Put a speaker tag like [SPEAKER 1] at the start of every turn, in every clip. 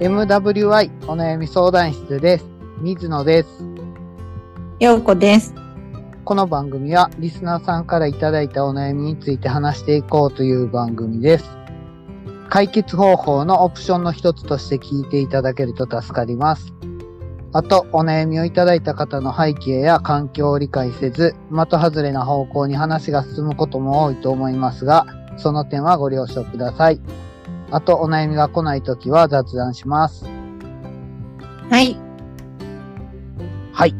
[SPEAKER 1] MWI お悩み相談室です。水野です。
[SPEAKER 2] ようこです。
[SPEAKER 1] この番組はリスナーさんからいただいたお悩みについて話していこうという番組です。解決方法のオプションの一つとして聞いていただけると助かります。あと、お悩みをいただいた方の背景や環境を理解せず、的外れな方向に話が進むことも多いと思いますが、その点はご了承ください。あと、お悩みが来ないときは雑談します。
[SPEAKER 2] はい。
[SPEAKER 1] はい、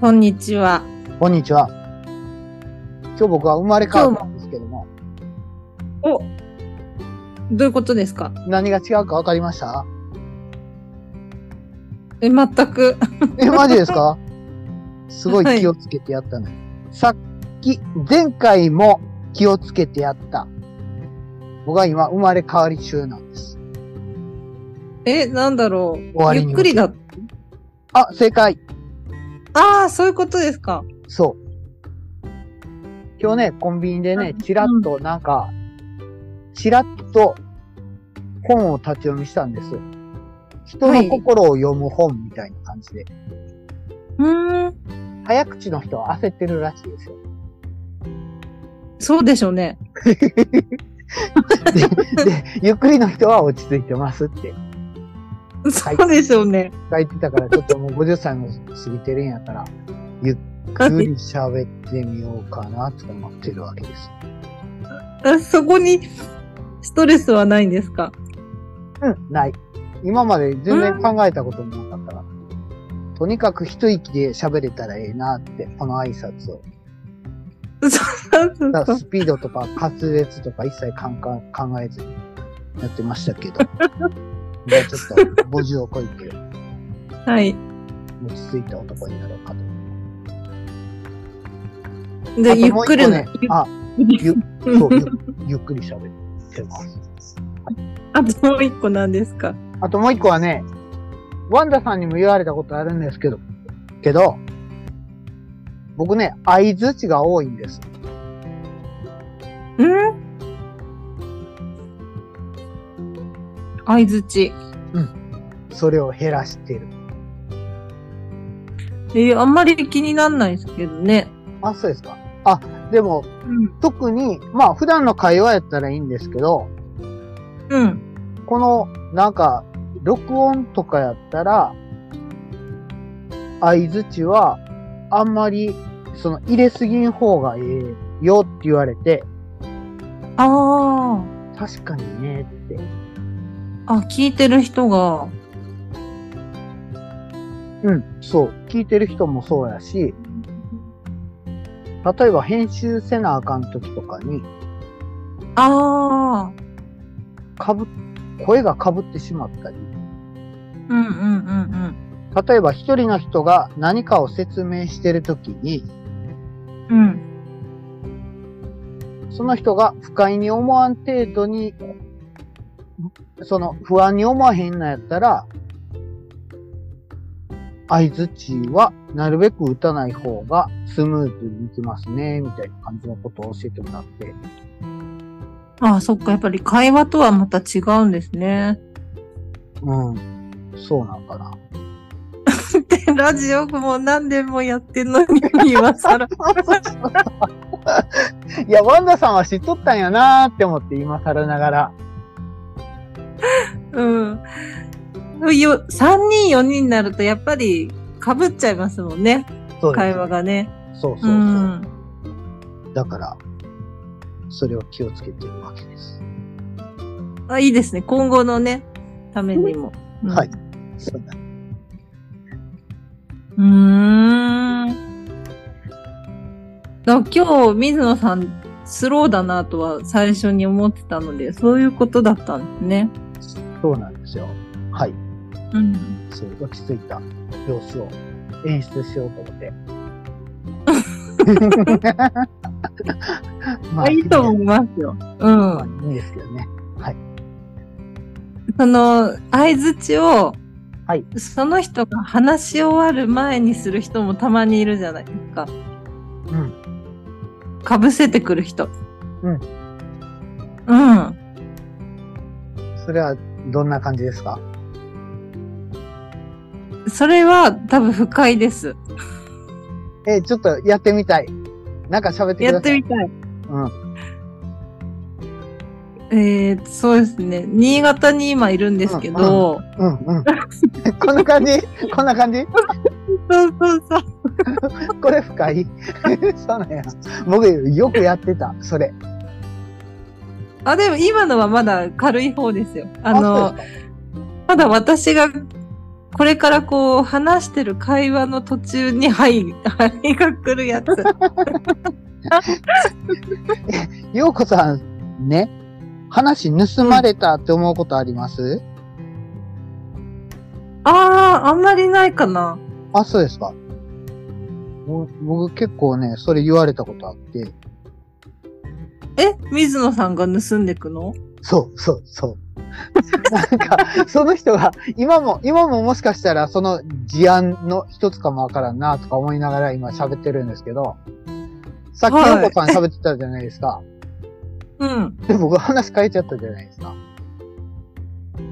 [SPEAKER 2] こんにちは。
[SPEAKER 1] こんにちは。今日僕は生まれ変わったんですけども、
[SPEAKER 2] どういうことですか
[SPEAKER 1] 何が違うか分かりました
[SPEAKER 2] え、全く。
[SPEAKER 1] え、マジですかすごい気をつけてやったね。さっき、前回も気をつけてやった。僕は今、生まれ変わり中なんです。
[SPEAKER 2] え、なんだろ
[SPEAKER 1] わ
[SPEAKER 2] う。
[SPEAKER 1] りに
[SPEAKER 2] ゆっくりだ。
[SPEAKER 1] あ、正解。
[SPEAKER 2] ああ、そういうことですか。
[SPEAKER 1] そう。今日ね、コンビニでね、チラッとなんか、チラッと本を立ち読みしたんですよ。人の心を読む本みたいな感じで。
[SPEAKER 2] うーん。
[SPEAKER 1] 早口の人は焦ってるらしいですよ。
[SPEAKER 2] そうでしょうね。
[SPEAKER 1] で、でゆっくりの人は落ち着いてますって。い
[SPEAKER 2] そうでしょうね。
[SPEAKER 1] 書いてたから、ちょっともう50歳も過ぎてるんやから、ゆっくり喋ってみようかなと思ってるわけです。
[SPEAKER 2] あそこにストレスはないんですか
[SPEAKER 1] うん、ない。今まで全然考えたこともなかったから、とにかく一息で喋れたらええなって、この挨拶を。
[SPEAKER 2] そうそう
[SPEAKER 1] だか
[SPEAKER 2] そ
[SPEAKER 1] ら
[SPEAKER 2] う
[SPEAKER 1] スピードとか滑舌とか一切かんかん考えずにやってましたけ ど、もうちょっと50を超えて
[SPEAKER 2] はい。
[SPEAKER 1] 落ち着いた男になろうかと。あ
[SPEAKER 2] で、
[SPEAKER 1] と
[SPEAKER 2] ゆっ
[SPEAKER 1] もう一個
[SPEAKER 2] くり
[SPEAKER 1] ね
[SPEAKER 2] な。
[SPEAKER 1] あ、
[SPEAKER 2] ゆっくり
[SPEAKER 1] ゆそう、ゆゆっくり喋ってます。
[SPEAKER 2] あともう一個なんですか
[SPEAKER 1] あともう一個はね、ワンダさんにも言われたことあるんですけど、けど、僕ね、相づちが多いんです。
[SPEAKER 2] うん相づち。
[SPEAKER 1] それを減らしてる。
[SPEAKER 2] えーあんまり気になんないですけどね。
[SPEAKER 1] あ、そうですか。あ、でも、
[SPEAKER 2] うん。
[SPEAKER 1] 特に、まあ、普段の会話やったらいいんですけど、
[SPEAKER 2] うん。
[SPEAKER 1] この、なんか、録音とかやったら、相づちは、あんまり、その、入れすぎん方がええよって言われて、
[SPEAKER 2] あ
[SPEAKER 1] 確かにねって。
[SPEAKER 2] あ、あ、聞いてる人が、
[SPEAKER 1] うん、そう。聞いてる人もそうやし、例えば編集せなあかん時とかに、
[SPEAKER 2] ああ、
[SPEAKER 1] かぶ、声がかぶってしまったり、
[SPEAKER 2] うんうんうん
[SPEAKER 1] 例えば一人の人が何かを説明してる時に、
[SPEAKER 2] うん。うん。
[SPEAKER 1] その人が不快に思わん程度に、その不安に思わへんのやったら、相づちはなるべく打たない方がスムーズにいきますね、みたいな感じのことを教えてもらって、
[SPEAKER 2] ああ、そっか、やっぱり会話とはまた違うんですね。
[SPEAKER 1] うん。そうなんかな。
[SPEAKER 2] で、ラジオも何年もやってんのに、今 更。
[SPEAKER 1] いや、ワンダさんは知っとったんやなーって思って、今更ながら。
[SPEAKER 2] うん。よ、3人4人になると、やっぱり、かぶっちゃいますもんね。
[SPEAKER 1] そうです
[SPEAKER 2] 会話。がね。
[SPEAKER 1] そうそうそ
[SPEAKER 2] う
[SPEAKER 1] う。
[SPEAKER 2] ん。
[SPEAKER 1] だから、それを気をつけてるわけです。
[SPEAKER 2] あ、いいですね。今後のね、ためにも。うん
[SPEAKER 1] はい。そうだ
[SPEAKER 2] うーん。だ今日、水野さん、スローだなとは最初に思ってたので、そういうことだったんですね。
[SPEAKER 1] そうなんですよ。はい。
[SPEAKER 2] うん。
[SPEAKER 1] そういう落ち着いた様子を演出しようと思 って。ま
[SPEAKER 2] あ、いいと思いますよ。う
[SPEAKER 1] まあ
[SPEAKER 2] ん。
[SPEAKER 1] いいですけどね。
[SPEAKER 2] その、相づちを、
[SPEAKER 1] はい
[SPEAKER 2] その人が話し終わる前にする人もたまにいるじゃないですか。
[SPEAKER 1] うん。
[SPEAKER 2] かぶせてくる人。
[SPEAKER 1] うん。
[SPEAKER 2] うん。
[SPEAKER 1] それはどんな感じですか
[SPEAKER 2] それは多分不快です。
[SPEAKER 1] えーちょっとやってみたい。なんか喋ってく
[SPEAKER 2] や
[SPEAKER 1] だ
[SPEAKER 2] っ
[SPEAKER 1] さ
[SPEAKER 2] て
[SPEAKER 1] い。
[SPEAKER 2] みたい。
[SPEAKER 1] うん。
[SPEAKER 2] えー、そうですね。新潟に今いるんですけど、
[SPEAKER 1] うんうん。 こんな感じこんな感じ
[SPEAKER 2] そうそうそう。
[SPEAKER 1] これ深い そうなんや。僕よくやってた、それ。
[SPEAKER 2] あ、でも今のはまだ軽い方ですよ。あ
[SPEAKER 1] そう
[SPEAKER 2] の、
[SPEAKER 1] です
[SPEAKER 2] まだ私がこれからこう話してる会話の途中にはい、はいが来る やつ。
[SPEAKER 1] かようこさん、ね、話盗まれたって思うことあります、
[SPEAKER 2] あー、あんまりないかな。
[SPEAKER 1] あ、そうですか。ぼ僕結構ね、それ言われたことあって。
[SPEAKER 2] え水野さんが盗んでくの
[SPEAKER 1] そうそうそう。 なんか、その人が、今も、今ももしかしたらその事案の一つかもわからんなとか思いながら今喋ってるんですけど、さっき
[SPEAKER 2] はい
[SPEAKER 1] ようこさん喋ってたじゃないですか。
[SPEAKER 2] うん。
[SPEAKER 1] で、僕話変えちゃったじゃないですか。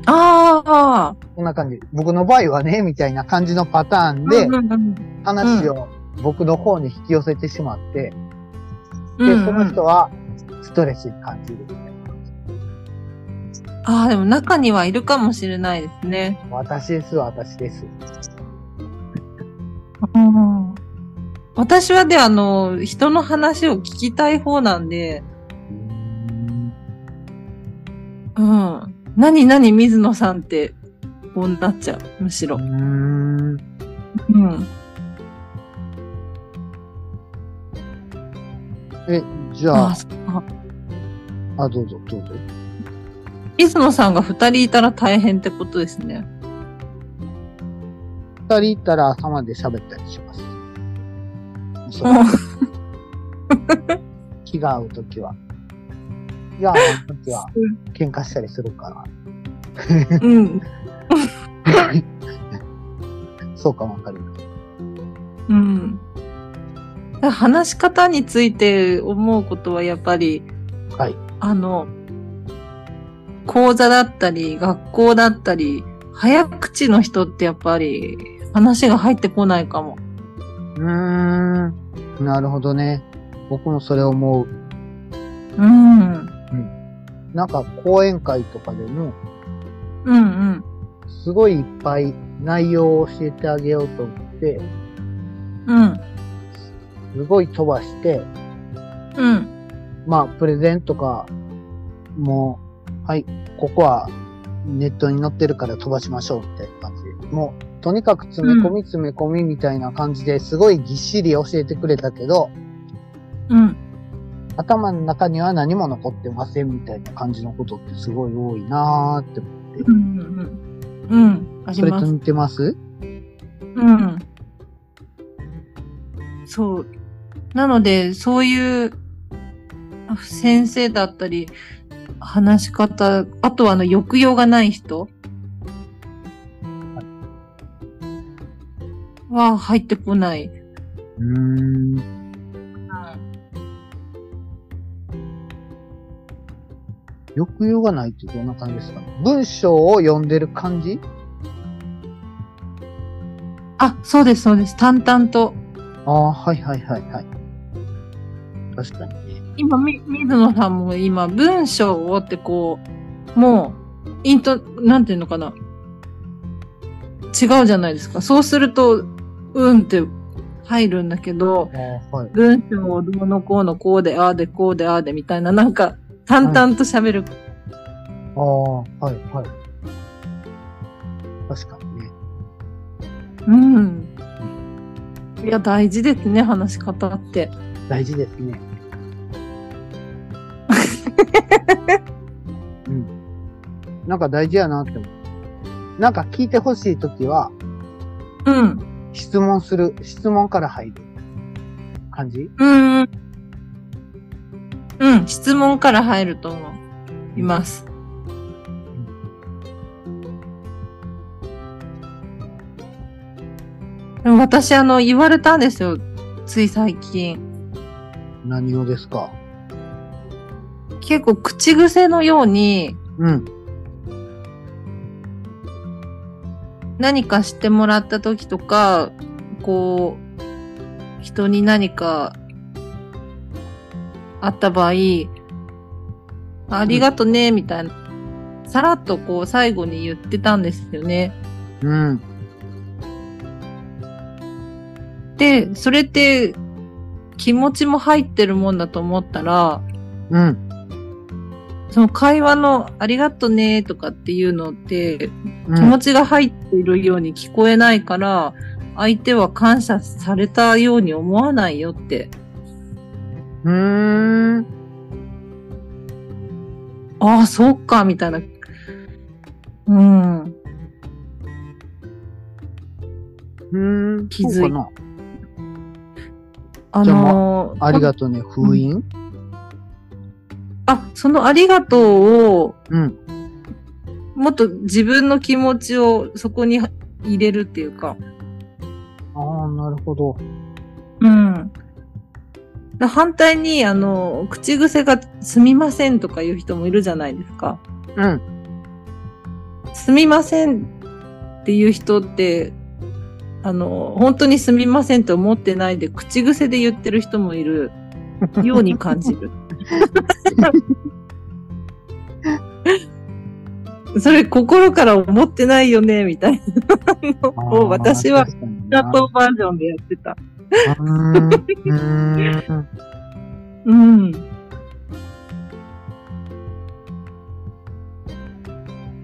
[SPEAKER 2] あ
[SPEAKER 1] こんな感じ。僕の場合はね、みたいな感じのパターン
[SPEAKER 2] ー。
[SPEAKER 1] で
[SPEAKER 2] う、んうん
[SPEAKER 1] 話を僕の方に引き寄せてしまって、
[SPEAKER 2] うん
[SPEAKER 1] で、
[SPEAKER 2] うん
[SPEAKER 1] その人はストレスに感じるみたいな。
[SPEAKER 2] ああ、でも中にはいるかもしれないですね。
[SPEAKER 1] 私です、私です。
[SPEAKER 2] 私はで、あの、人の話を聞きたい方なんで、うん。何何水野さんって、こうなっちゃう、むし
[SPEAKER 1] う
[SPEAKER 2] ろ。
[SPEAKER 1] ん。
[SPEAKER 2] うん。
[SPEAKER 1] え、じゃ
[SPEAKER 2] あ
[SPEAKER 1] あ
[SPEAKER 2] あ、、そうか
[SPEAKER 1] あ、どうぞ、どうぞ。
[SPEAKER 2] 水野さんが二人いたら大変ってことですね。
[SPEAKER 1] 二人いたら頭で喋ったりします。そう、
[SPEAKER 2] う
[SPEAKER 1] 気が合うときは。気が合うときは
[SPEAKER 2] うん
[SPEAKER 1] 喧嘩したりするか
[SPEAKER 2] ん。
[SPEAKER 1] ら、そうかもわかります。
[SPEAKER 2] うん。だから話し方について思うことはやっぱり、
[SPEAKER 1] はい。
[SPEAKER 2] あの、講座だったり、学校だったり、早口の人ってやっぱり話が入ってこないかも。
[SPEAKER 1] うーん、なるほどね。僕もそれ思う。
[SPEAKER 2] うん。うん
[SPEAKER 1] なんか講演会とかでも、
[SPEAKER 2] うん。
[SPEAKER 1] すごいいっぱい内容を教えてあげようと思って、
[SPEAKER 2] うん。
[SPEAKER 1] すごい飛ばして、
[SPEAKER 2] うん。
[SPEAKER 1] まあ、プレゼンとかも、はい、ここはネットに載ってるから飛ばしましょうみたいな感じ。もう、とにかく詰め込み詰め込みみたいな感じですごいぎっしり教えてくれたけど、
[SPEAKER 2] うん。
[SPEAKER 1] 頭の中には何も残ってませんみたいな感じのことってすごい多いなーって。
[SPEAKER 2] うん。うん。うん。あり
[SPEAKER 1] それ
[SPEAKER 2] ま
[SPEAKER 1] と
[SPEAKER 2] す。
[SPEAKER 1] 似てます
[SPEAKER 2] うん。そう。なので、そういうあ先生だったり、話し方、あとはあの、抑揚がない人は入ってこない。
[SPEAKER 1] うーん。抑揚がないってどんな感じですか文章を読んでる感じ
[SPEAKER 2] あ、そうです、そうです。淡々と。
[SPEAKER 1] ああ、はいはいはいはい。確かにね。
[SPEAKER 2] 今、み、水野さんも今、文章をってこう、もう、イント、なんていうのかな。違うじゃないですか。そうすると、うんって入るんだけど、
[SPEAKER 1] ああ、はい。
[SPEAKER 2] 文章をどうのこうのこうで、ああでこうでああでみたいな、なんか、淡々と喋る。
[SPEAKER 1] ああ、はいはい。確かにね。
[SPEAKER 2] うん。いや、大事ですね、話し方って。
[SPEAKER 1] 大事です ね。うん。なんか大事やなって思う。なんか聞いてほしいときは、
[SPEAKER 2] うん。
[SPEAKER 1] 質問する、質問から入る感じ
[SPEAKER 2] うん。うん、質問から入ると思う。います。でも私、あの、言われたんですよ。つい最近。
[SPEAKER 1] 何をですか
[SPEAKER 2] 結構、口癖のように、
[SPEAKER 1] うん。
[SPEAKER 2] 何かしてもらった時とか、こう、人に何かあった場合、ありがとね、みたいな、さらっとこう最後に言ってたんですよね。
[SPEAKER 1] うん。
[SPEAKER 2] で、それって気持ちも入ってるもんだと思ったら、
[SPEAKER 1] うん。
[SPEAKER 2] その会話のありがとねとかっていうのって、
[SPEAKER 1] う
[SPEAKER 2] 気
[SPEAKER 1] ん
[SPEAKER 2] 持ちが入っているように聞こえないから、相手は感謝されたように思わないよって。
[SPEAKER 1] うーん。
[SPEAKER 2] ああ、そうか、みたいな。うん。
[SPEAKER 1] うーん。
[SPEAKER 2] 気づい
[SPEAKER 1] そうかな
[SPEAKER 2] あ
[SPEAKER 1] じゃあ
[SPEAKER 2] のー
[SPEAKER 1] ありがとうね、封印。
[SPEAKER 2] あ、そのありがとうを、
[SPEAKER 1] うん。
[SPEAKER 2] もっと自分の気持ちをそこに入れるっていうか。
[SPEAKER 1] ああ、なるほど。
[SPEAKER 2] うん。だ反対に、あの、口癖がすみませんとか言う人もいるじゃないですか。
[SPEAKER 1] うん。
[SPEAKER 2] すみませんっていう人って、あの、本当にすみませんと思ってないで、口癖で言ってる人もいるように感じ る。それ心から思ってないよね、みたいな
[SPEAKER 1] あー
[SPEAKER 2] のを私は、
[SPEAKER 1] 確かに
[SPEAKER 2] チャ
[SPEAKER 1] な
[SPEAKER 2] ットバージョンでやってた。
[SPEAKER 1] うーん。うーん。
[SPEAKER 2] うん。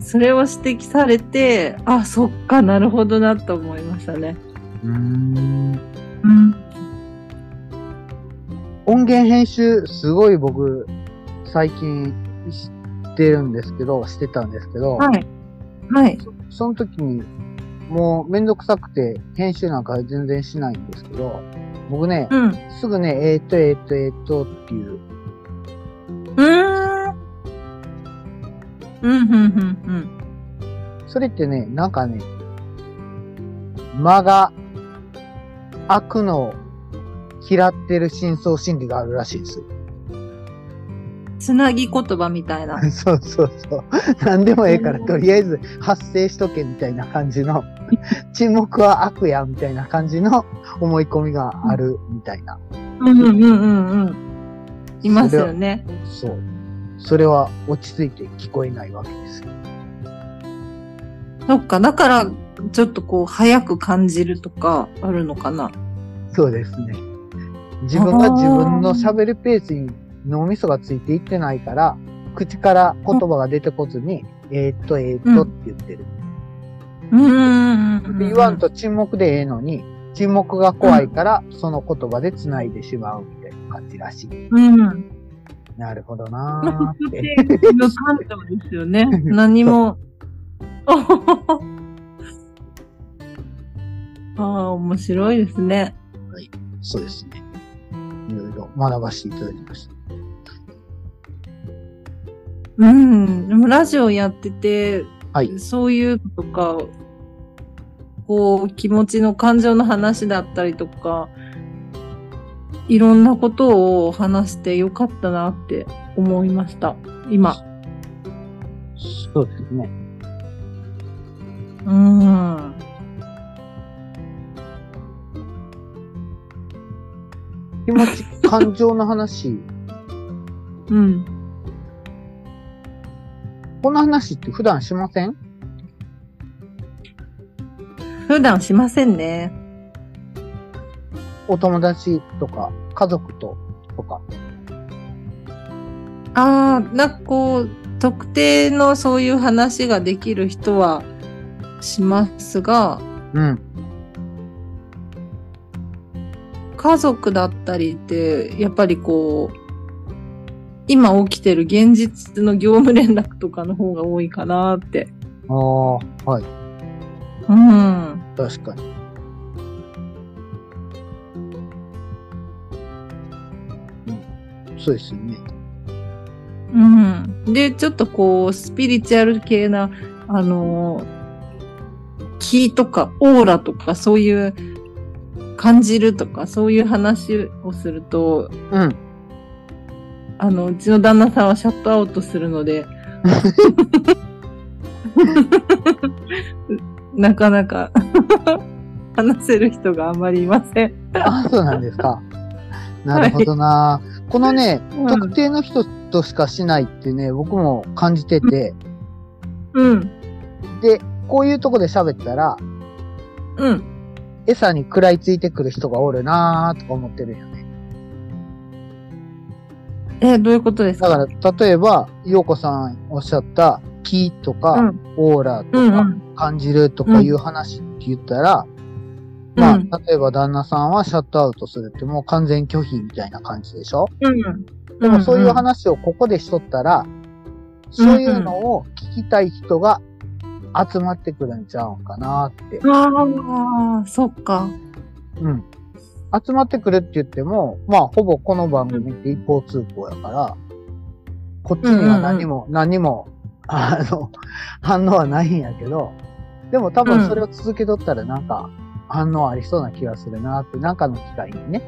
[SPEAKER 2] それを指摘されて、あ、そっか、なるほどなと思いましたね。
[SPEAKER 1] うーん
[SPEAKER 2] うん。
[SPEAKER 1] 音源編集、すごい僕、最近してるんですけど、してたんですけど、
[SPEAKER 2] はい。はい。
[SPEAKER 1] その時に、もうめんどくさくて、編集なんか全然しないんですけど、僕ね、
[SPEAKER 2] うん。う
[SPEAKER 1] すぐね、えーっと、えーっと、えーっとっていう、
[SPEAKER 2] ーん。うん、うん、うん、
[SPEAKER 1] それってね、なんかね、間が、開くのを嫌ってる真相心理があるらしいです。
[SPEAKER 2] うん。つなぎ言葉みたいな。
[SPEAKER 1] そうそうそう。何でもええから、とりあえず発生しとけみたいな感じ の、沈黙は悪やみたいな感じの思い込みがあるみたいな。
[SPEAKER 2] うん、うん、うん、うん。いますよね。
[SPEAKER 1] そう。それは落ち着いて聞こえないわけです。
[SPEAKER 2] そっか、だから、ちょっとこう、早く感じるとか、あるのかな。
[SPEAKER 1] そうですね。自分が自分の喋るペースに脳みそがついていってないから、口から言葉が出てこずに、えーっと、えーっとって言ってる。
[SPEAKER 2] うーん。うんうん
[SPEAKER 1] で言わんと沈黙でええのに、沈黙が怖いから、その言葉で繋いでしまうみたいな感じらしい。
[SPEAKER 2] うん。
[SPEAKER 1] なるほどなーって。
[SPEAKER 2] 無感情ですよね。何も。ああ、面白いですね。
[SPEAKER 1] そうですね。いろいろ学ばせていただきました。
[SPEAKER 2] うん。でもラジオやってて、
[SPEAKER 1] はい。
[SPEAKER 2] そういうのとか、こう、気持ちの感情の話だったりとか、いろんなことを話してよかったなって思いました。今。
[SPEAKER 1] そうですね。
[SPEAKER 2] うん。
[SPEAKER 1] 気持ち、感情の話、
[SPEAKER 2] うん。
[SPEAKER 1] この話って普段しません
[SPEAKER 2] 普段しませんね。
[SPEAKER 1] お友達とか、家族と、とか。
[SPEAKER 2] ああ、なんかこう、特定のそういう話ができる人はしますが、
[SPEAKER 1] うん。
[SPEAKER 2] 家族だったりって、やっぱりこう、今起きてる現実の業務連絡とかの方が多いかなって。
[SPEAKER 1] ああ、はい。
[SPEAKER 2] うん。
[SPEAKER 1] 確かに。うん。そうですよね。
[SPEAKER 2] うん。で、ちょっとこう、スピリチュアル系な、あのー気とかオーラとかそういう感じるとかそういう話をすると、
[SPEAKER 1] うん。
[SPEAKER 2] あの、うちの旦那さんはシャットアウトするので、 なかなか 話せる人があまりいません。
[SPEAKER 1] あ、そうなんですか。なるほどな。このね、特定の人としかしないってね、僕も感じてて、
[SPEAKER 2] うん。
[SPEAKER 1] で、こういうとこで喋ったら、
[SPEAKER 2] うん。
[SPEAKER 1] 餌に食らいついてくる人がおるなーとか思ってるんよね。
[SPEAKER 2] え、どういうことです
[SPEAKER 1] だ
[SPEAKER 2] か
[SPEAKER 1] から、例えば、ようこさんおっしゃった、気とか、
[SPEAKER 2] うん
[SPEAKER 1] オーラと
[SPEAKER 2] うんう
[SPEAKER 1] か、
[SPEAKER 2] ん。
[SPEAKER 1] 感じるとかいう話って言ったら、ま
[SPEAKER 2] うん
[SPEAKER 1] あ、例えば旦那さんはシャットアウトするってもう完全拒否みたいな感じでしょ
[SPEAKER 2] うん。
[SPEAKER 1] でもそういう話をここでしとったら、そういうのを聞きたい人が集まってくるんちゃうんかなって。
[SPEAKER 2] ああ、そっか。
[SPEAKER 1] うん。集まってくるって言っても、まあほぼこの番組って一方通行やから、こっちには何も、何も、あの、反応はないんやけど、でも多分それを続けとったらなんか反応ありそうな気がするなって、なんかの機会にね、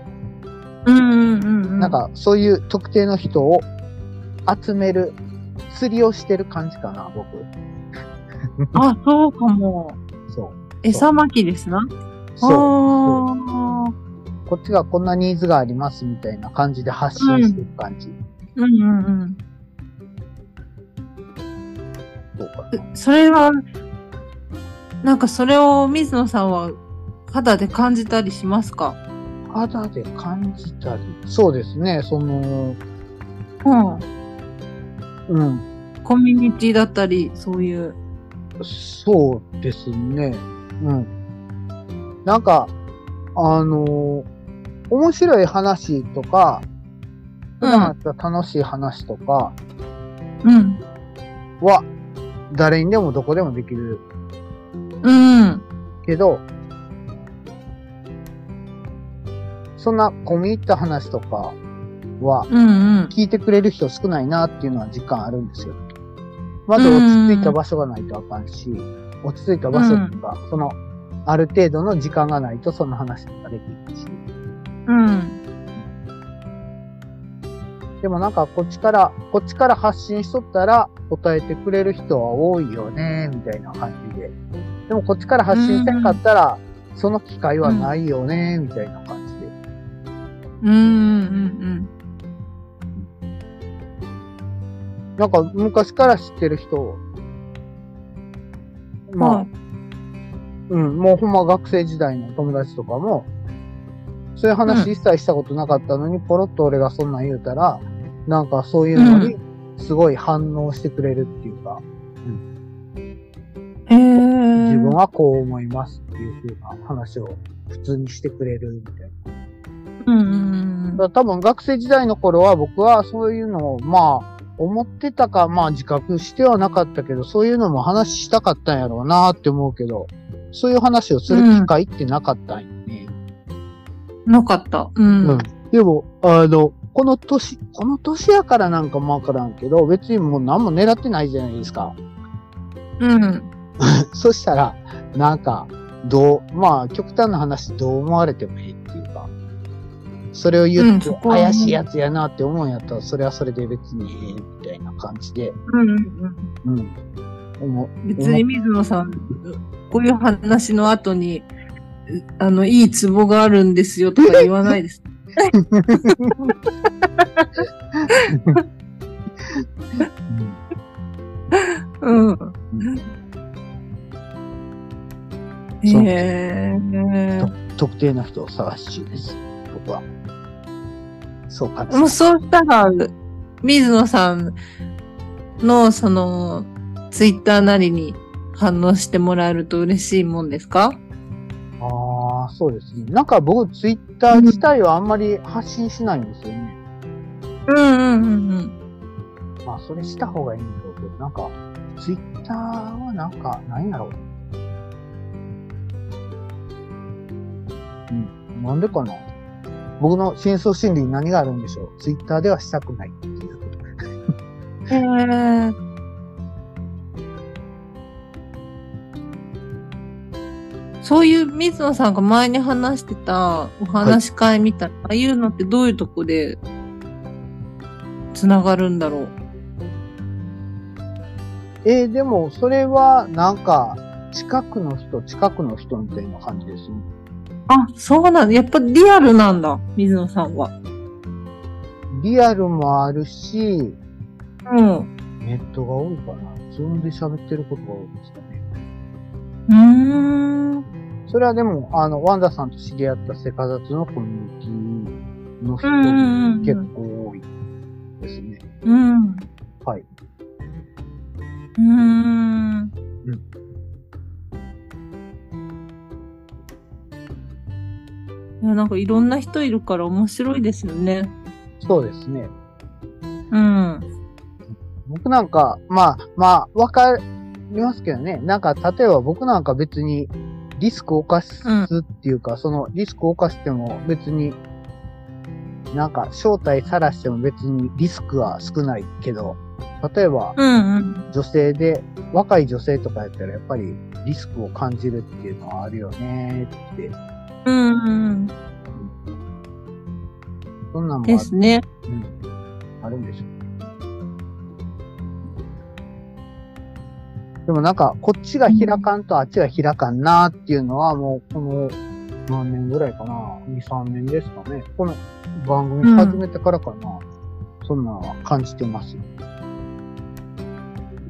[SPEAKER 2] うんうんうんうん。
[SPEAKER 1] なん、かそういう特定の人を集める釣りをしてる感じかな、僕。
[SPEAKER 2] あ、そうかも。
[SPEAKER 1] そう。
[SPEAKER 2] 餌巻きですな。
[SPEAKER 1] そう。
[SPEAKER 2] あー
[SPEAKER 1] こっちがこんなニーズがありますみたいな感じで発信してる感じ。
[SPEAKER 2] うんうんうん。
[SPEAKER 1] そうかな。
[SPEAKER 2] えそれは、なんかそれを水野さんは肌で感じたりしますか
[SPEAKER 1] 肌で感じたり。そうですね、その、
[SPEAKER 2] うん。
[SPEAKER 1] うん。
[SPEAKER 2] コミュニティだったり、そういう。
[SPEAKER 1] そうですね。うん。なんか、あの面白い話とか、普段あった楽しい話とか
[SPEAKER 2] うん。
[SPEAKER 1] は、誰にでもどこでもできる
[SPEAKER 2] うん。
[SPEAKER 1] けど、そんな込み入った話とかは、
[SPEAKER 2] うんうん。
[SPEAKER 1] 聞いてくれる人少ないなっていうのは実感あるんですよ。まず落ち着いた場所がないとあかんし、落ち着いた場所とか、その、ある程度の時間がないとその話ができるし。
[SPEAKER 2] うん。
[SPEAKER 1] でもなんかこっちから、こっちから発信しとったら答えてくれる人は多いよね、みたいな感じで。でもこっちから発信せんかったら、その機会はないよね、みたいな感じで。
[SPEAKER 2] うんうん
[SPEAKER 1] なんか昔から知ってる人、
[SPEAKER 2] うん。
[SPEAKER 1] まあ、
[SPEAKER 2] はい
[SPEAKER 1] うん、もうほんま学生時代の友達とかも、そういう話一切したことなかったのに、ポロッと俺がそんなん言うたら、なんかそういうのに、すごい反応してくれるっていうか、
[SPEAKER 2] へえ。
[SPEAKER 1] 自分
[SPEAKER 2] う
[SPEAKER 1] はこう思いますっていうふうな話を普通にしてくれるみたいな。
[SPEAKER 2] んうんう
[SPEAKER 1] だ
[SPEAKER 2] ん。
[SPEAKER 1] から多分学生時代の頃は僕はそういうのを、まあ、思ってたか、まあ自覚してはなかったけど、そういうのも話したかったんやろうなって思うけど、そういう話をする機会ってなかったんよね。
[SPEAKER 2] なかった。うん。
[SPEAKER 1] うんでも、あの、この年、この年やからなんかもわからんけど、別にもう何も狙ってないじゃないですか。
[SPEAKER 2] うん。
[SPEAKER 1] そしたら、なんか、どう、まあ、極端な話、どう思われてもいいっていうか、それを
[SPEAKER 2] う
[SPEAKER 1] 言っ
[SPEAKER 2] ん
[SPEAKER 1] て
[SPEAKER 2] そ、こはね
[SPEAKER 1] 怪しいやつやなって思うんやったら、それはそれで別にええみたいな感じで、
[SPEAKER 2] うんうん
[SPEAKER 1] うん。思う
[SPEAKER 2] うん。別に水野さん、こういう話の後に、あの、いいツボがあるんですよとか言わないです。
[SPEAKER 1] うん
[SPEAKER 2] うん。へ
[SPEAKER 1] そう
[SPEAKER 2] え
[SPEAKER 1] 特定の人を探し中です。僕は。そうか。
[SPEAKER 2] もうそうしたら、水野さんの、その、ツイッターなりに反応してもらえると嬉しいもんですか
[SPEAKER 1] ああ、そうですね。なんか僕、ツイッター自体はあんまり発信しないんですよね。
[SPEAKER 2] うんうんうん
[SPEAKER 1] まあ、それした方がいいんだろうけど、なんか、ツイッターはなんか、なんやろう。うん、なんでかな。僕の深層心理に何があるんでしょう。ツイッターではしたくないっていう。
[SPEAKER 2] うん。へえ。そういう水野さんが前に話してたお話し会みたいな、ああいうのってどういうとこで繋がるんだろう
[SPEAKER 1] えーでも、それは、なんか、近くの人、近くの人みたいな感じですね。
[SPEAKER 2] あ、そうなんだ。やっぱリアルなんだ、水野さんは。
[SPEAKER 1] リアルもあるし、
[SPEAKER 2] うん。
[SPEAKER 1] ネットが多いかな。自分で喋ってることが多いですかね。
[SPEAKER 2] うーん。
[SPEAKER 1] それはでも、あの、ワンダさんと知り合ったセカザツのコミュニティの人
[SPEAKER 2] うんうんうんうん
[SPEAKER 1] 結構多いですね。
[SPEAKER 2] うん。
[SPEAKER 1] はい。
[SPEAKER 2] うーん。いや、なんかいろんな人いるから面白いですよね。
[SPEAKER 1] そうですね。
[SPEAKER 2] うん。
[SPEAKER 1] 僕なんか、まあ、まあ、わかりますけどね。なんか、例えば僕なんか別にリスクを犯すっていうか、そのリスクを犯しても別に、なんか、正体さらしても別にリスクは少ないけど、例えば、
[SPEAKER 2] うんうん。
[SPEAKER 1] 女性で、若い女性とかやったらやっぱりリスクを感じるっていうのはあるよねって、
[SPEAKER 2] うんうん。
[SPEAKER 1] そんなんもあ,、
[SPEAKER 2] ですね。
[SPEAKER 1] うん、あるんでしょう。でもなんか、こっちが開かんとあっちが開かんなーっていうのはもうこの何年ぐらいかな ?2、3年ですかね。この番組始めてからかな。そんなんは感じてます。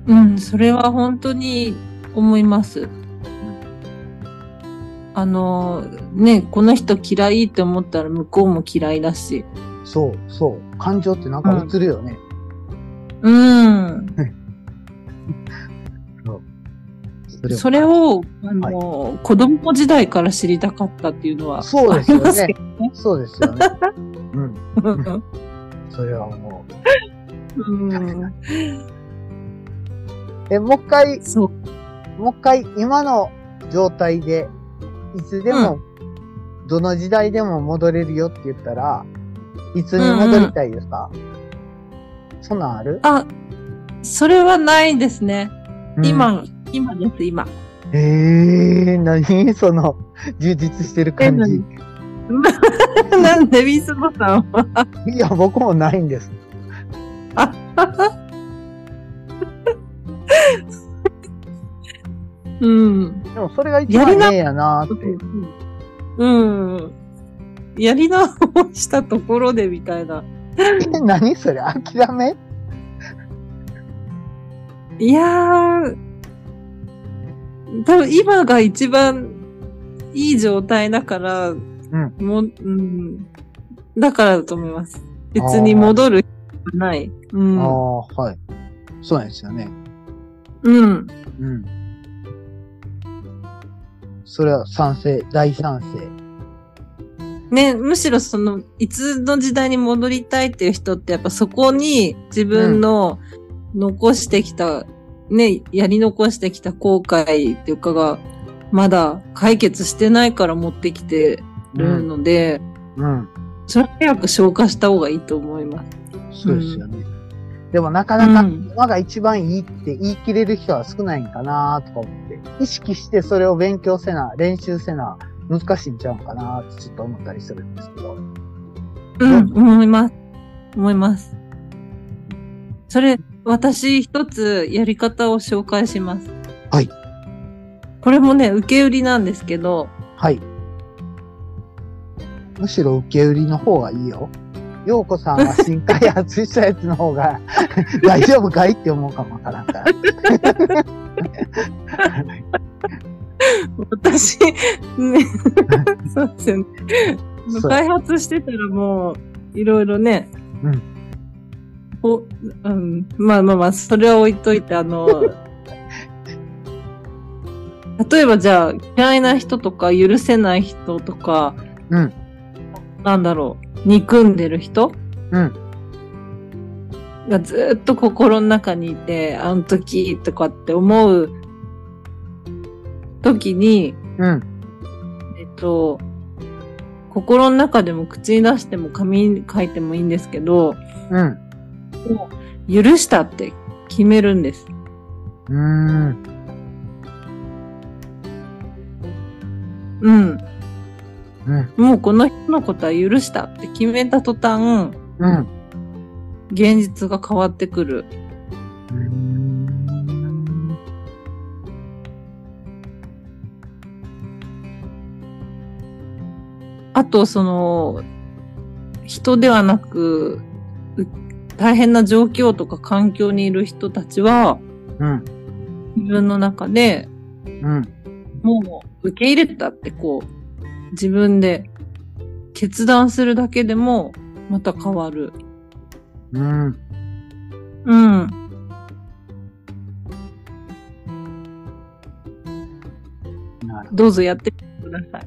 [SPEAKER 2] うん、それは本当に思います。あの、ね、この人嫌いって思ったら向こうも嫌いだし。
[SPEAKER 1] そう、そう。感情ってなんか映るよね。
[SPEAKER 2] うん。
[SPEAKER 1] そ
[SPEAKER 2] それを、あの、子供時代から知りたかったっていうのは。
[SPEAKER 1] そうですよ
[SPEAKER 2] あります
[SPEAKER 1] ね
[SPEAKER 2] け。
[SPEAKER 1] そうです よね。うん。
[SPEAKER 2] ど。
[SPEAKER 1] それはもう。
[SPEAKER 2] うん。
[SPEAKER 1] え、もう一回、
[SPEAKER 2] そう。
[SPEAKER 1] もう一回、今の状態で、いつでも、どの時代でも戻れるよって言ったら、いつに戻りたいですか、そんなんある、
[SPEAKER 2] あ、それはないですね。今、今です、今。
[SPEAKER 1] うん。えー、何その、充実してる感じ。
[SPEAKER 2] なんで、水野さんは。
[SPEAKER 1] いや、僕もないんです。
[SPEAKER 2] うん。
[SPEAKER 1] でも、それが一番ねえやなーって。
[SPEAKER 2] うん。やり直したところでみたいな。
[SPEAKER 1] え、何それ諦め
[SPEAKER 2] いやー、多分今が一番いい状態だから、
[SPEAKER 1] ん
[SPEAKER 2] もう、うん、だからだと思います。別に戻る必要はない。う
[SPEAKER 1] あ
[SPEAKER 2] ん。
[SPEAKER 1] あ、はい。そうなんですよね。
[SPEAKER 2] うん。
[SPEAKER 1] うん。それは賛成、大賛成。
[SPEAKER 2] ね、むしろその、いつの時代に戻りたいっていう人って、やっぱそこに自分の残してきた、ね、やり残してきた後悔っていうかが、まだ解決してないから持ってきてる。ので、
[SPEAKER 1] うん。
[SPEAKER 2] それは早く消化した方がいいと思います。
[SPEAKER 1] そうですよね。でもなかなか
[SPEAKER 2] うん
[SPEAKER 1] 今が一番いいって言い切れる人は少ないんかなとか思って、意識してそれを勉強せな、練習せな、難しいんちゃうんかなってちょっと思ったりするんですけど。
[SPEAKER 2] うん
[SPEAKER 1] う、ん
[SPEAKER 2] 思います。思います。それ、私一つやり方を紹介します。
[SPEAKER 1] はい。
[SPEAKER 2] これもね、受け売りなんですけど、
[SPEAKER 1] はい。むしろ受け売りの方がいいよ。ようこさんは新開発したやつの方 が大丈夫かいって思うかもわからん から。
[SPEAKER 2] 私、ね、 そうですよね。
[SPEAKER 1] そう
[SPEAKER 2] 開発してたらもう、いろいろね、
[SPEAKER 1] うん
[SPEAKER 2] お、うん、まあまあまあ、それは置いといて、あの、例えばじゃあ、嫌いな人とか、許せない人とか、
[SPEAKER 1] うん
[SPEAKER 2] なんだろう、憎んでる人
[SPEAKER 1] うん
[SPEAKER 2] がずーっと心の中にいて、あの時とかって思う時に、
[SPEAKER 1] うん。
[SPEAKER 2] えっと、心の中でも口に出しても紙に書いてもいいんですけど、
[SPEAKER 1] うん。
[SPEAKER 2] 許したって決めるんです。
[SPEAKER 1] うーん。
[SPEAKER 2] うん。
[SPEAKER 1] うん。
[SPEAKER 2] もうこの人のことは許したって決めた途端、
[SPEAKER 1] うん。
[SPEAKER 2] 現実が変わってくる。
[SPEAKER 1] うーん
[SPEAKER 2] あと、その、人ではなく、う大変な状況とか環境にいる人たちは、
[SPEAKER 1] うん。
[SPEAKER 2] 自分の中で
[SPEAKER 1] うん。
[SPEAKER 2] もう受け入れたってこう、自分で決断するだけでも、また変わる。
[SPEAKER 1] うん。
[SPEAKER 2] うん。
[SPEAKER 1] なる
[SPEAKER 2] どうぞやってみてください。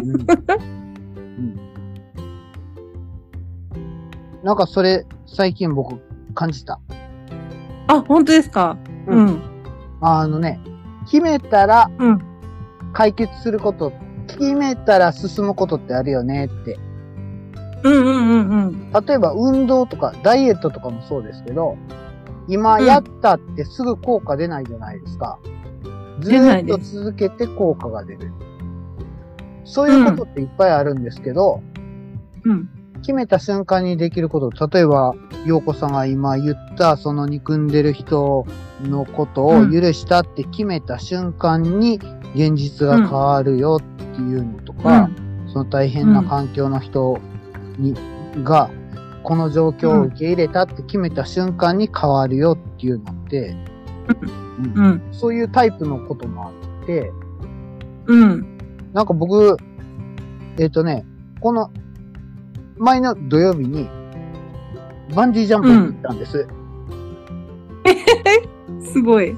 [SPEAKER 1] ほど。うん。うんなんかそれ、最近僕感じた。
[SPEAKER 2] あ、本当ですか
[SPEAKER 1] う
[SPEAKER 2] うん。
[SPEAKER 1] あのね、決めたら
[SPEAKER 2] うん。
[SPEAKER 1] 解決すること、決めたら進むことってあるよねって。
[SPEAKER 2] うんうんうんうん。
[SPEAKER 1] 例えば運動とかダイエットとかもそうですけど、今やったってすぐ効果出ないじゃないですか。ず
[SPEAKER 2] 出ない
[SPEAKER 1] ーっ
[SPEAKER 2] で
[SPEAKER 1] と続けて効果が出る。そういうことっていっぱいあるんですけど、
[SPEAKER 2] うん。
[SPEAKER 1] 決めた瞬間にできること、例えば、洋子さんが今言った、その憎んでる人のことを
[SPEAKER 2] うん
[SPEAKER 1] 許したって決めた瞬間に、現実が変わるよっていうのとか、その大変な環境の人に、が、この状況を受け入れたって決めた瞬間に変わるよっていうのって、
[SPEAKER 2] う
[SPEAKER 1] うん
[SPEAKER 2] ん。
[SPEAKER 1] そういうタイプのこともあって、
[SPEAKER 2] うん。
[SPEAKER 1] なんか僕、えっ、とね、この、前の土曜日に、バンジージャンプに行ったんです。
[SPEAKER 2] すごい。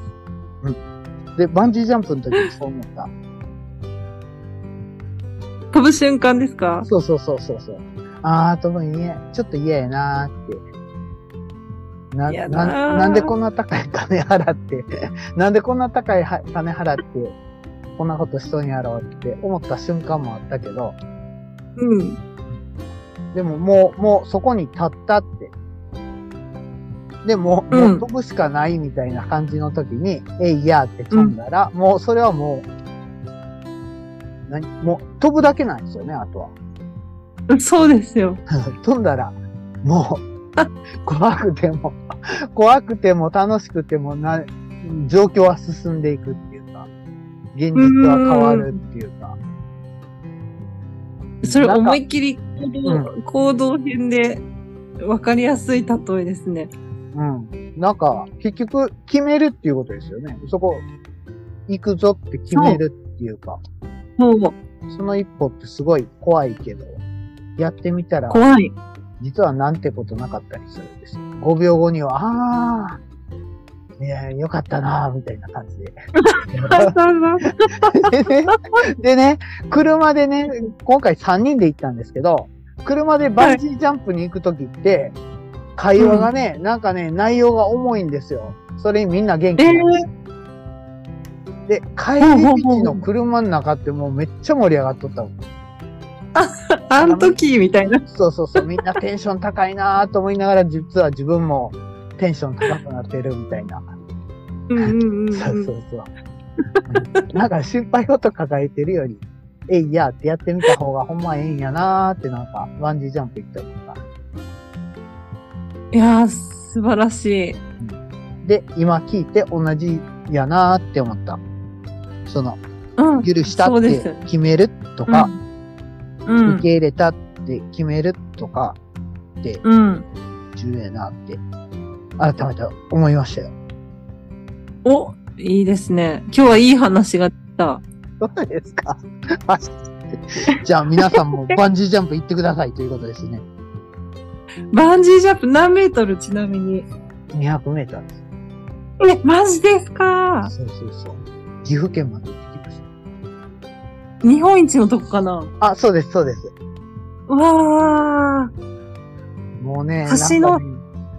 [SPEAKER 1] で、バンジージャンプの時にそう思った。
[SPEAKER 2] 飛ぶ瞬間ですか
[SPEAKER 1] そうそうそうそうそう。あー、とも言え、ちょっと嫌やなーって。な、
[SPEAKER 2] 嫌
[SPEAKER 1] な
[SPEAKER 2] だー
[SPEAKER 1] なんでこんな高い金払って、 なんでこんな高いは金払って、こんなことしとんやろうって思った瞬間もあったけど、
[SPEAKER 2] うん。
[SPEAKER 1] でももう、もうそこに立ったって。でも、
[SPEAKER 2] う
[SPEAKER 1] も
[SPEAKER 2] ん
[SPEAKER 1] う飛ぶしかないみたいな感じの時に、えいやーって飛んだら、もうそれはもう、何もう飛ぶだけなんですよね、あとは。
[SPEAKER 2] そうですよ。
[SPEAKER 1] 飛んだら、もう、 怖くても、怖くても楽しくてもな、状況は進んでいくっていうか、現実は変わるっていうか。
[SPEAKER 2] それ
[SPEAKER 1] なんか
[SPEAKER 2] 思いっきり行動,、行動編で分かりやすい例えですね。
[SPEAKER 1] うん。なんか、結局、決めるっていうことですよね。そこ、行くぞって決めるっていうか、
[SPEAKER 2] そう。
[SPEAKER 1] その一歩ってすごい怖いけど、やってみたら、
[SPEAKER 2] 怖い。
[SPEAKER 1] 実はなんてことなかったりするんですよ。5秒後には、あー、いや、よかったなー、みたいな感 じで。でね、 でね車でね、今回3人で行ったんですけど、車でバンジージャンプに行くときって、会話がね、なんかね、内容が重いんですよ。それにみんな元気
[SPEAKER 2] え
[SPEAKER 1] な
[SPEAKER 2] ー
[SPEAKER 1] んです、で、帰り道の車の中ってもうめっちゃ盛り上がっとったの。
[SPEAKER 2] あの時みたいな。
[SPEAKER 1] そうそうそう、みんなテンション高いなぁと思いながら、実は自分もテンション高くなってるみたいな。
[SPEAKER 2] うんうんうん。
[SPEAKER 1] そううんそうそう。なんか心配事抱えてるより、えいやってやってみた方がほんまええんやなーってなんか、バンジージャンプ行ったりとか。
[SPEAKER 2] いやー、素晴らしい。
[SPEAKER 1] で、今聞いて同じやなーって思った。その、
[SPEAKER 2] うん。
[SPEAKER 1] 許した
[SPEAKER 2] そう
[SPEAKER 1] っ
[SPEAKER 2] です
[SPEAKER 1] て決めるとか、
[SPEAKER 2] う
[SPEAKER 1] 受
[SPEAKER 2] ん。
[SPEAKER 1] け入れたって決めるとか、
[SPEAKER 2] うん。
[SPEAKER 1] 重要やなって、改めて思いましたよ。
[SPEAKER 2] お、いいですね。今日はいい話が出た。
[SPEAKER 1] どうですか じゃあ皆さんもバンジージャンプ行ってくださいということですね。
[SPEAKER 2] バンジージャンプ何メートルちなみに。
[SPEAKER 1] 200メーターです。
[SPEAKER 2] え、マジですか
[SPEAKER 1] そうそうそう。岐阜県まで行ってきました。
[SPEAKER 2] 日本一のとこかな
[SPEAKER 1] あ、そうです、そうです。
[SPEAKER 2] わー。
[SPEAKER 1] もうね、
[SPEAKER 2] 橋の
[SPEAKER 1] なんかね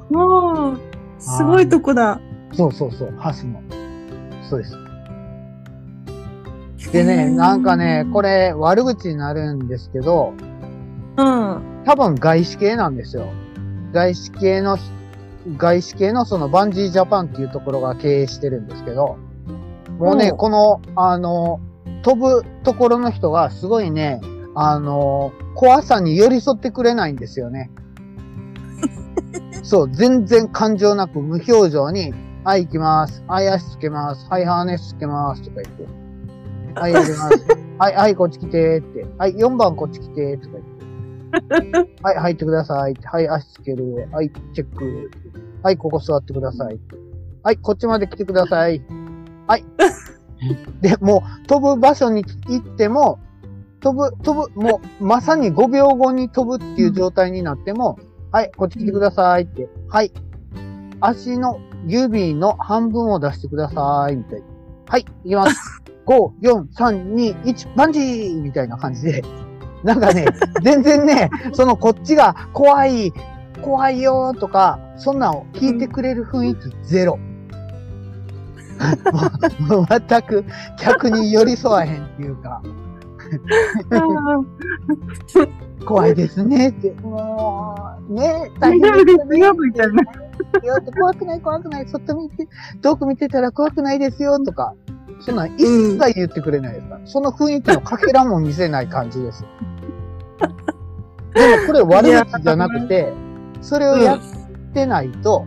[SPEAKER 2] もう、すごいとこだ。
[SPEAKER 1] そうそうそう、橋の。そうです。でね、なんかね、これ悪口になるんですけど、
[SPEAKER 2] うん。
[SPEAKER 1] 多分外資系なんですよ。外資系の、外資系のそのバンジージャパンっていうところが経営してるんですけど、もうね、
[SPEAKER 2] うん
[SPEAKER 1] この、あの、飛ぶところの人がすごいね、あの、怖さに寄り添ってくれないんですよ ね。そう、全然感情なく無表情に、はい、行きます。はい、足つけます。はい、ハーネスつけます。とか言って。はい、やります。はい、はい、こっち来てーって。はい、4番こっち来てーとか言って。はい、入ってくださいって。はい、足つける。はい、チェック。はい、ここ座ってください。はい、こっちまで来てください。はい。で、もう、飛ぶ場所に行っても、飛ぶ、飛ぶ、もう、まさに5秒後に飛ぶっていう状態になっても、はい、こっち来てくださいって。はい。足の指の半分を出してください、みたいな。はい、行きます。5、4、3、2、1、バンジーみたいな感じで。なん かね、全然ね、そのこっちが怖い、怖いよーとか、そんなんを聞いてくれる雰囲気ゼ ロ。もうもう全く客に寄り添わへんっていうか、怖いですねって、もう、ね、
[SPEAKER 2] 大丈夫ですよ、みたいな。
[SPEAKER 1] よって怖くない怖くない、そっと見て、遠く見てたら怖くないですよとか、そんなん一切言ってくれないですから、その雰囲気のかけらも見せない感じです。でもこれ悪い口じゃなくて、それをやってないと、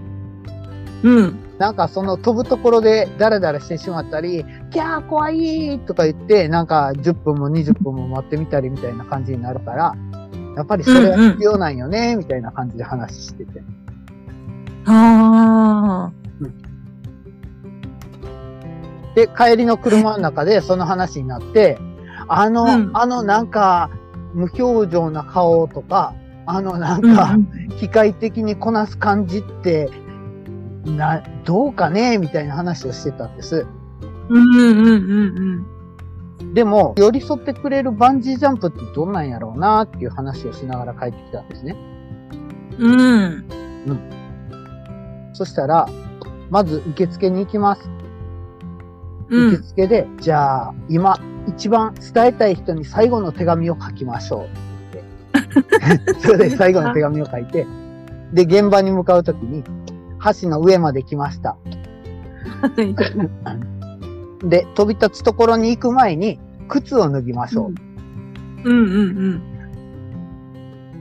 [SPEAKER 2] うん。
[SPEAKER 1] なんかその飛ぶところでダラダラしてしまったり、キャー怖いとか言って、なんか10分も20分も待ってみたりみたいな感じになるから、やっぱりそれは必要なんよね、みたいな感じで話してて。
[SPEAKER 2] ああ。
[SPEAKER 1] で、帰りの車の中でその話になって、あの、
[SPEAKER 2] うん
[SPEAKER 1] あのなんか、無表情な顔とか、あのなん
[SPEAKER 2] うん
[SPEAKER 1] か、機械的にこなす感じって、な、どうかねみたいな話をしてたんです。
[SPEAKER 2] うんうんうんうん。
[SPEAKER 1] でも、寄り添ってくれるバンジージャンプってどんなんやろうなっていう話をしながら帰ってきたんですね。
[SPEAKER 2] うん。
[SPEAKER 1] そしたら、まず受付に行きます。
[SPEAKER 2] う
[SPEAKER 1] 受
[SPEAKER 2] ん。
[SPEAKER 1] 付で、じゃあ、今、一番伝えたい人に最後の手紙を書きましょう って。それで最後の手紙を書いて、で、現場に向かうときに、橋の上まで来ました。で、飛び立つところに行く前に、靴を脱ぎましょう。
[SPEAKER 2] うんうん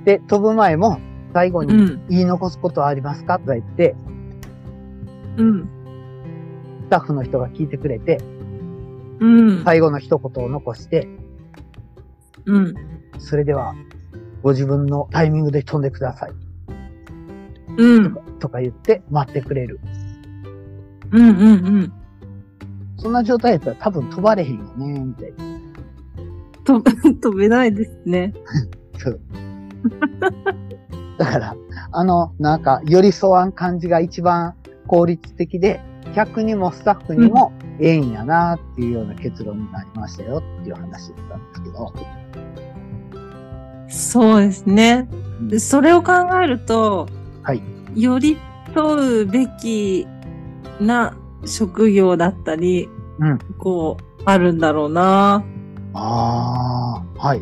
[SPEAKER 1] で、飛ぶ前も、最後
[SPEAKER 2] うん。う
[SPEAKER 1] に
[SPEAKER 2] ん。
[SPEAKER 1] 言い残すことはありますかとか言って、
[SPEAKER 2] うん。
[SPEAKER 1] スタッフの人が聞いてくれて、
[SPEAKER 2] うん。
[SPEAKER 1] 最後の一言を残して、
[SPEAKER 2] うん。
[SPEAKER 1] それでは、ご自分のタイミングで飛んでください。
[SPEAKER 2] うん。
[SPEAKER 1] とか言って、待ってくれる。
[SPEAKER 2] うんうんうん。
[SPEAKER 1] そんな状態やったら多分飛ばれへんよね、みたいな。
[SPEAKER 2] と飛べないですね。
[SPEAKER 1] そう。だから、あの、なんか、寄り添わん感じが一番効率的で、客にもスタッフにもええんやなっていうような結論になりましたよっていう話だったんですけど。
[SPEAKER 2] そうですね。
[SPEAKER 1] うん
[SPEAKER 2] それを考えると、
[SPEAKER 1] はい
[SPEAKER 2] 寄り添うべきな職業だったり、
[SPEAKER 1] うん
[SPEAKER 2] こう、あるんだろうな。
[SPEAKER 1] ああ、はい。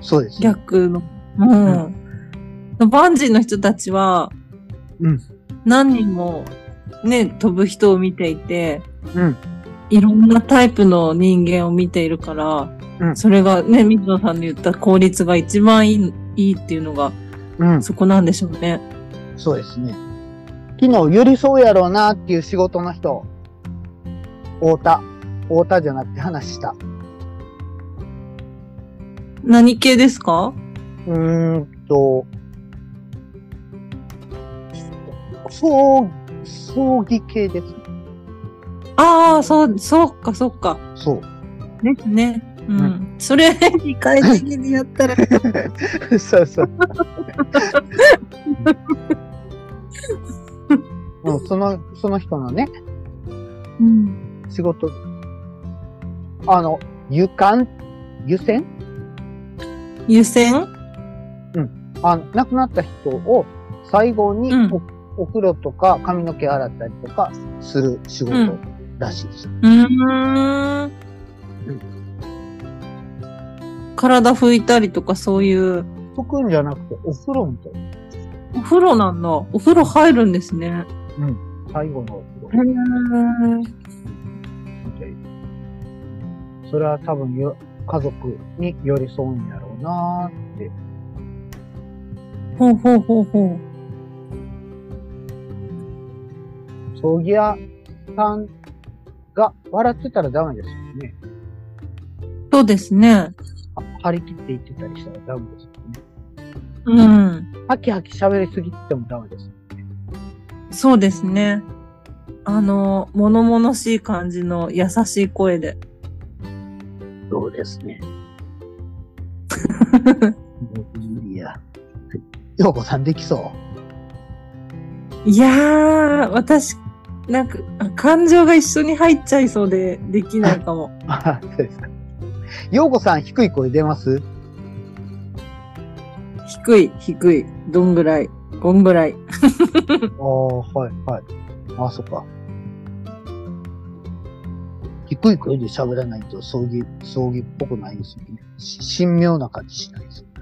[SPEAKER 1] そうですね。
[SPEAKER 2] 逆の。うん。バンジーの人たちは、
[SPEAKER 1] うん
[SPEAKER 2] 何人もね、飛ぶ人を見ていて、
[SPEAKER 1] うん
[SPEAKER 2] いろんなタイプの人間を見ているから、
[SPEAKER 1] うん
[SPEAKER 2] それがね、水野さんの言った効率が一番いいいいっていうのが、
[SPEAKER 1] うん。
[SPEAKER 2] そこなんでしょうね。
[SPEAKER 1] そうですね。昨日、寄り添うやろうなっていう仕事の人、太田。太田じゃなくて話した。
[SPEAKER 2] 何系ですか
[SPEAKER 1] うーんと、葬、葬儀系です。
[SPEAKER 2] ああ、そう、そうか、そうか。
[SPEAKER 1] そう。
[SPEAKER 2] ですね。うん。
[SPEAKER 1] う
[SPEAKER 2] それ、理解的にやったら、
[SPEAKER 1] そうそう。うん、その、その人のね、
[SPEAKER 2] うん。
[SPEAKER 1] 仕事、あの、湯管、湯煎
[SPEAKER 2] 湯煎
[SPEAKER 1] あの、亡くなった人を最後に
[SPEAKER 2] うん
[SPEAKER 1] お,、風呂とか髪の毛洗ったりとかする仕
[SPEAKER 2] う
[SPEAKER 1] 事
[SPEAKER 2] ん
[SPEAKER 1] らしいです。
[SPEAKER 2] うーん。体拭いたりとかそういう、
[SPEAKER 1] 拭くんじゃなくてお風呂みたいな。
[SPEAKER 2] お風呂なんだ。お風呂入るんですね。
[SPEAKER 1] 最後のお風呂。
[SPEAKER 2] へー
[SPEAKER 1] みたいなそれは多分よ、家族に寄り添うんやろうなーって。
[SPEAKER 2] ほうほうほうほ
[SPEAKER 1] 葬儀屋さんが笑ってたらダメですよね。
[SPEAKER 2] う。そうですね。
[SPEAKER 1] 張り切って言ってたりしたらダメですよね。
[SPEAKER 2] うん。
[SPEAKER 1] ハキハキ喋りすぎてもダメです。
[SPEAKER 2] そうですね。あの、物々しい感じの優しい声で。
[SPEAKER 1] そうです ね。もう無理や。 よう こさんできそ
[SPEAKER 2] いやー、私、なんか、あ感情が一緒に入っちゃいそうで、できないかも。
[SPEAKER 1] う。あそうですか。ようこさん低い声出ます
[SPEAKER 2] 低い、低い、どんぐらい、こんぐら
[SPEAKER 1] あ
[SPEAKER 2] い。
[SPEAKER 1] あ、はい、はい。あ、そっか。低い声で喋らないと、葬儀、葬儀っぽくないですよね。し神妙な感じしないですよね。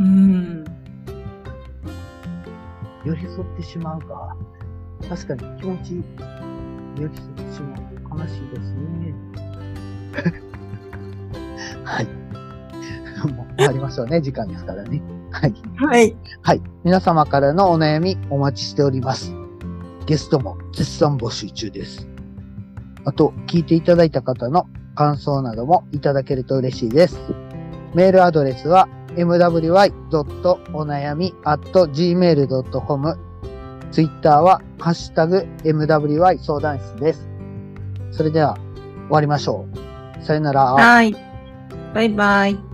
[SPEAKER 2] うん。
[SPEAKER 1] 寄り添ってしまうか。確かに気持ち、寄り添ってしまう。悲しいですね。はい。 もう、終わりましょうね。時間ですからね。はい。
[SPEAKER 2] はい。
[SPEAKER 1] はい。皆様からのお悩みお待ちしております。ゲストも絶賛募集中です。あと、聞いていただいた方の感想などもいただけると嬉しいです。メールアドレスは mwy.onayami.gmail.com ツイッターはハッシュタグ mwy 相談室です。それでは終わりましょう。さよなら。
[SPEAKER 2] はい。バイバイ。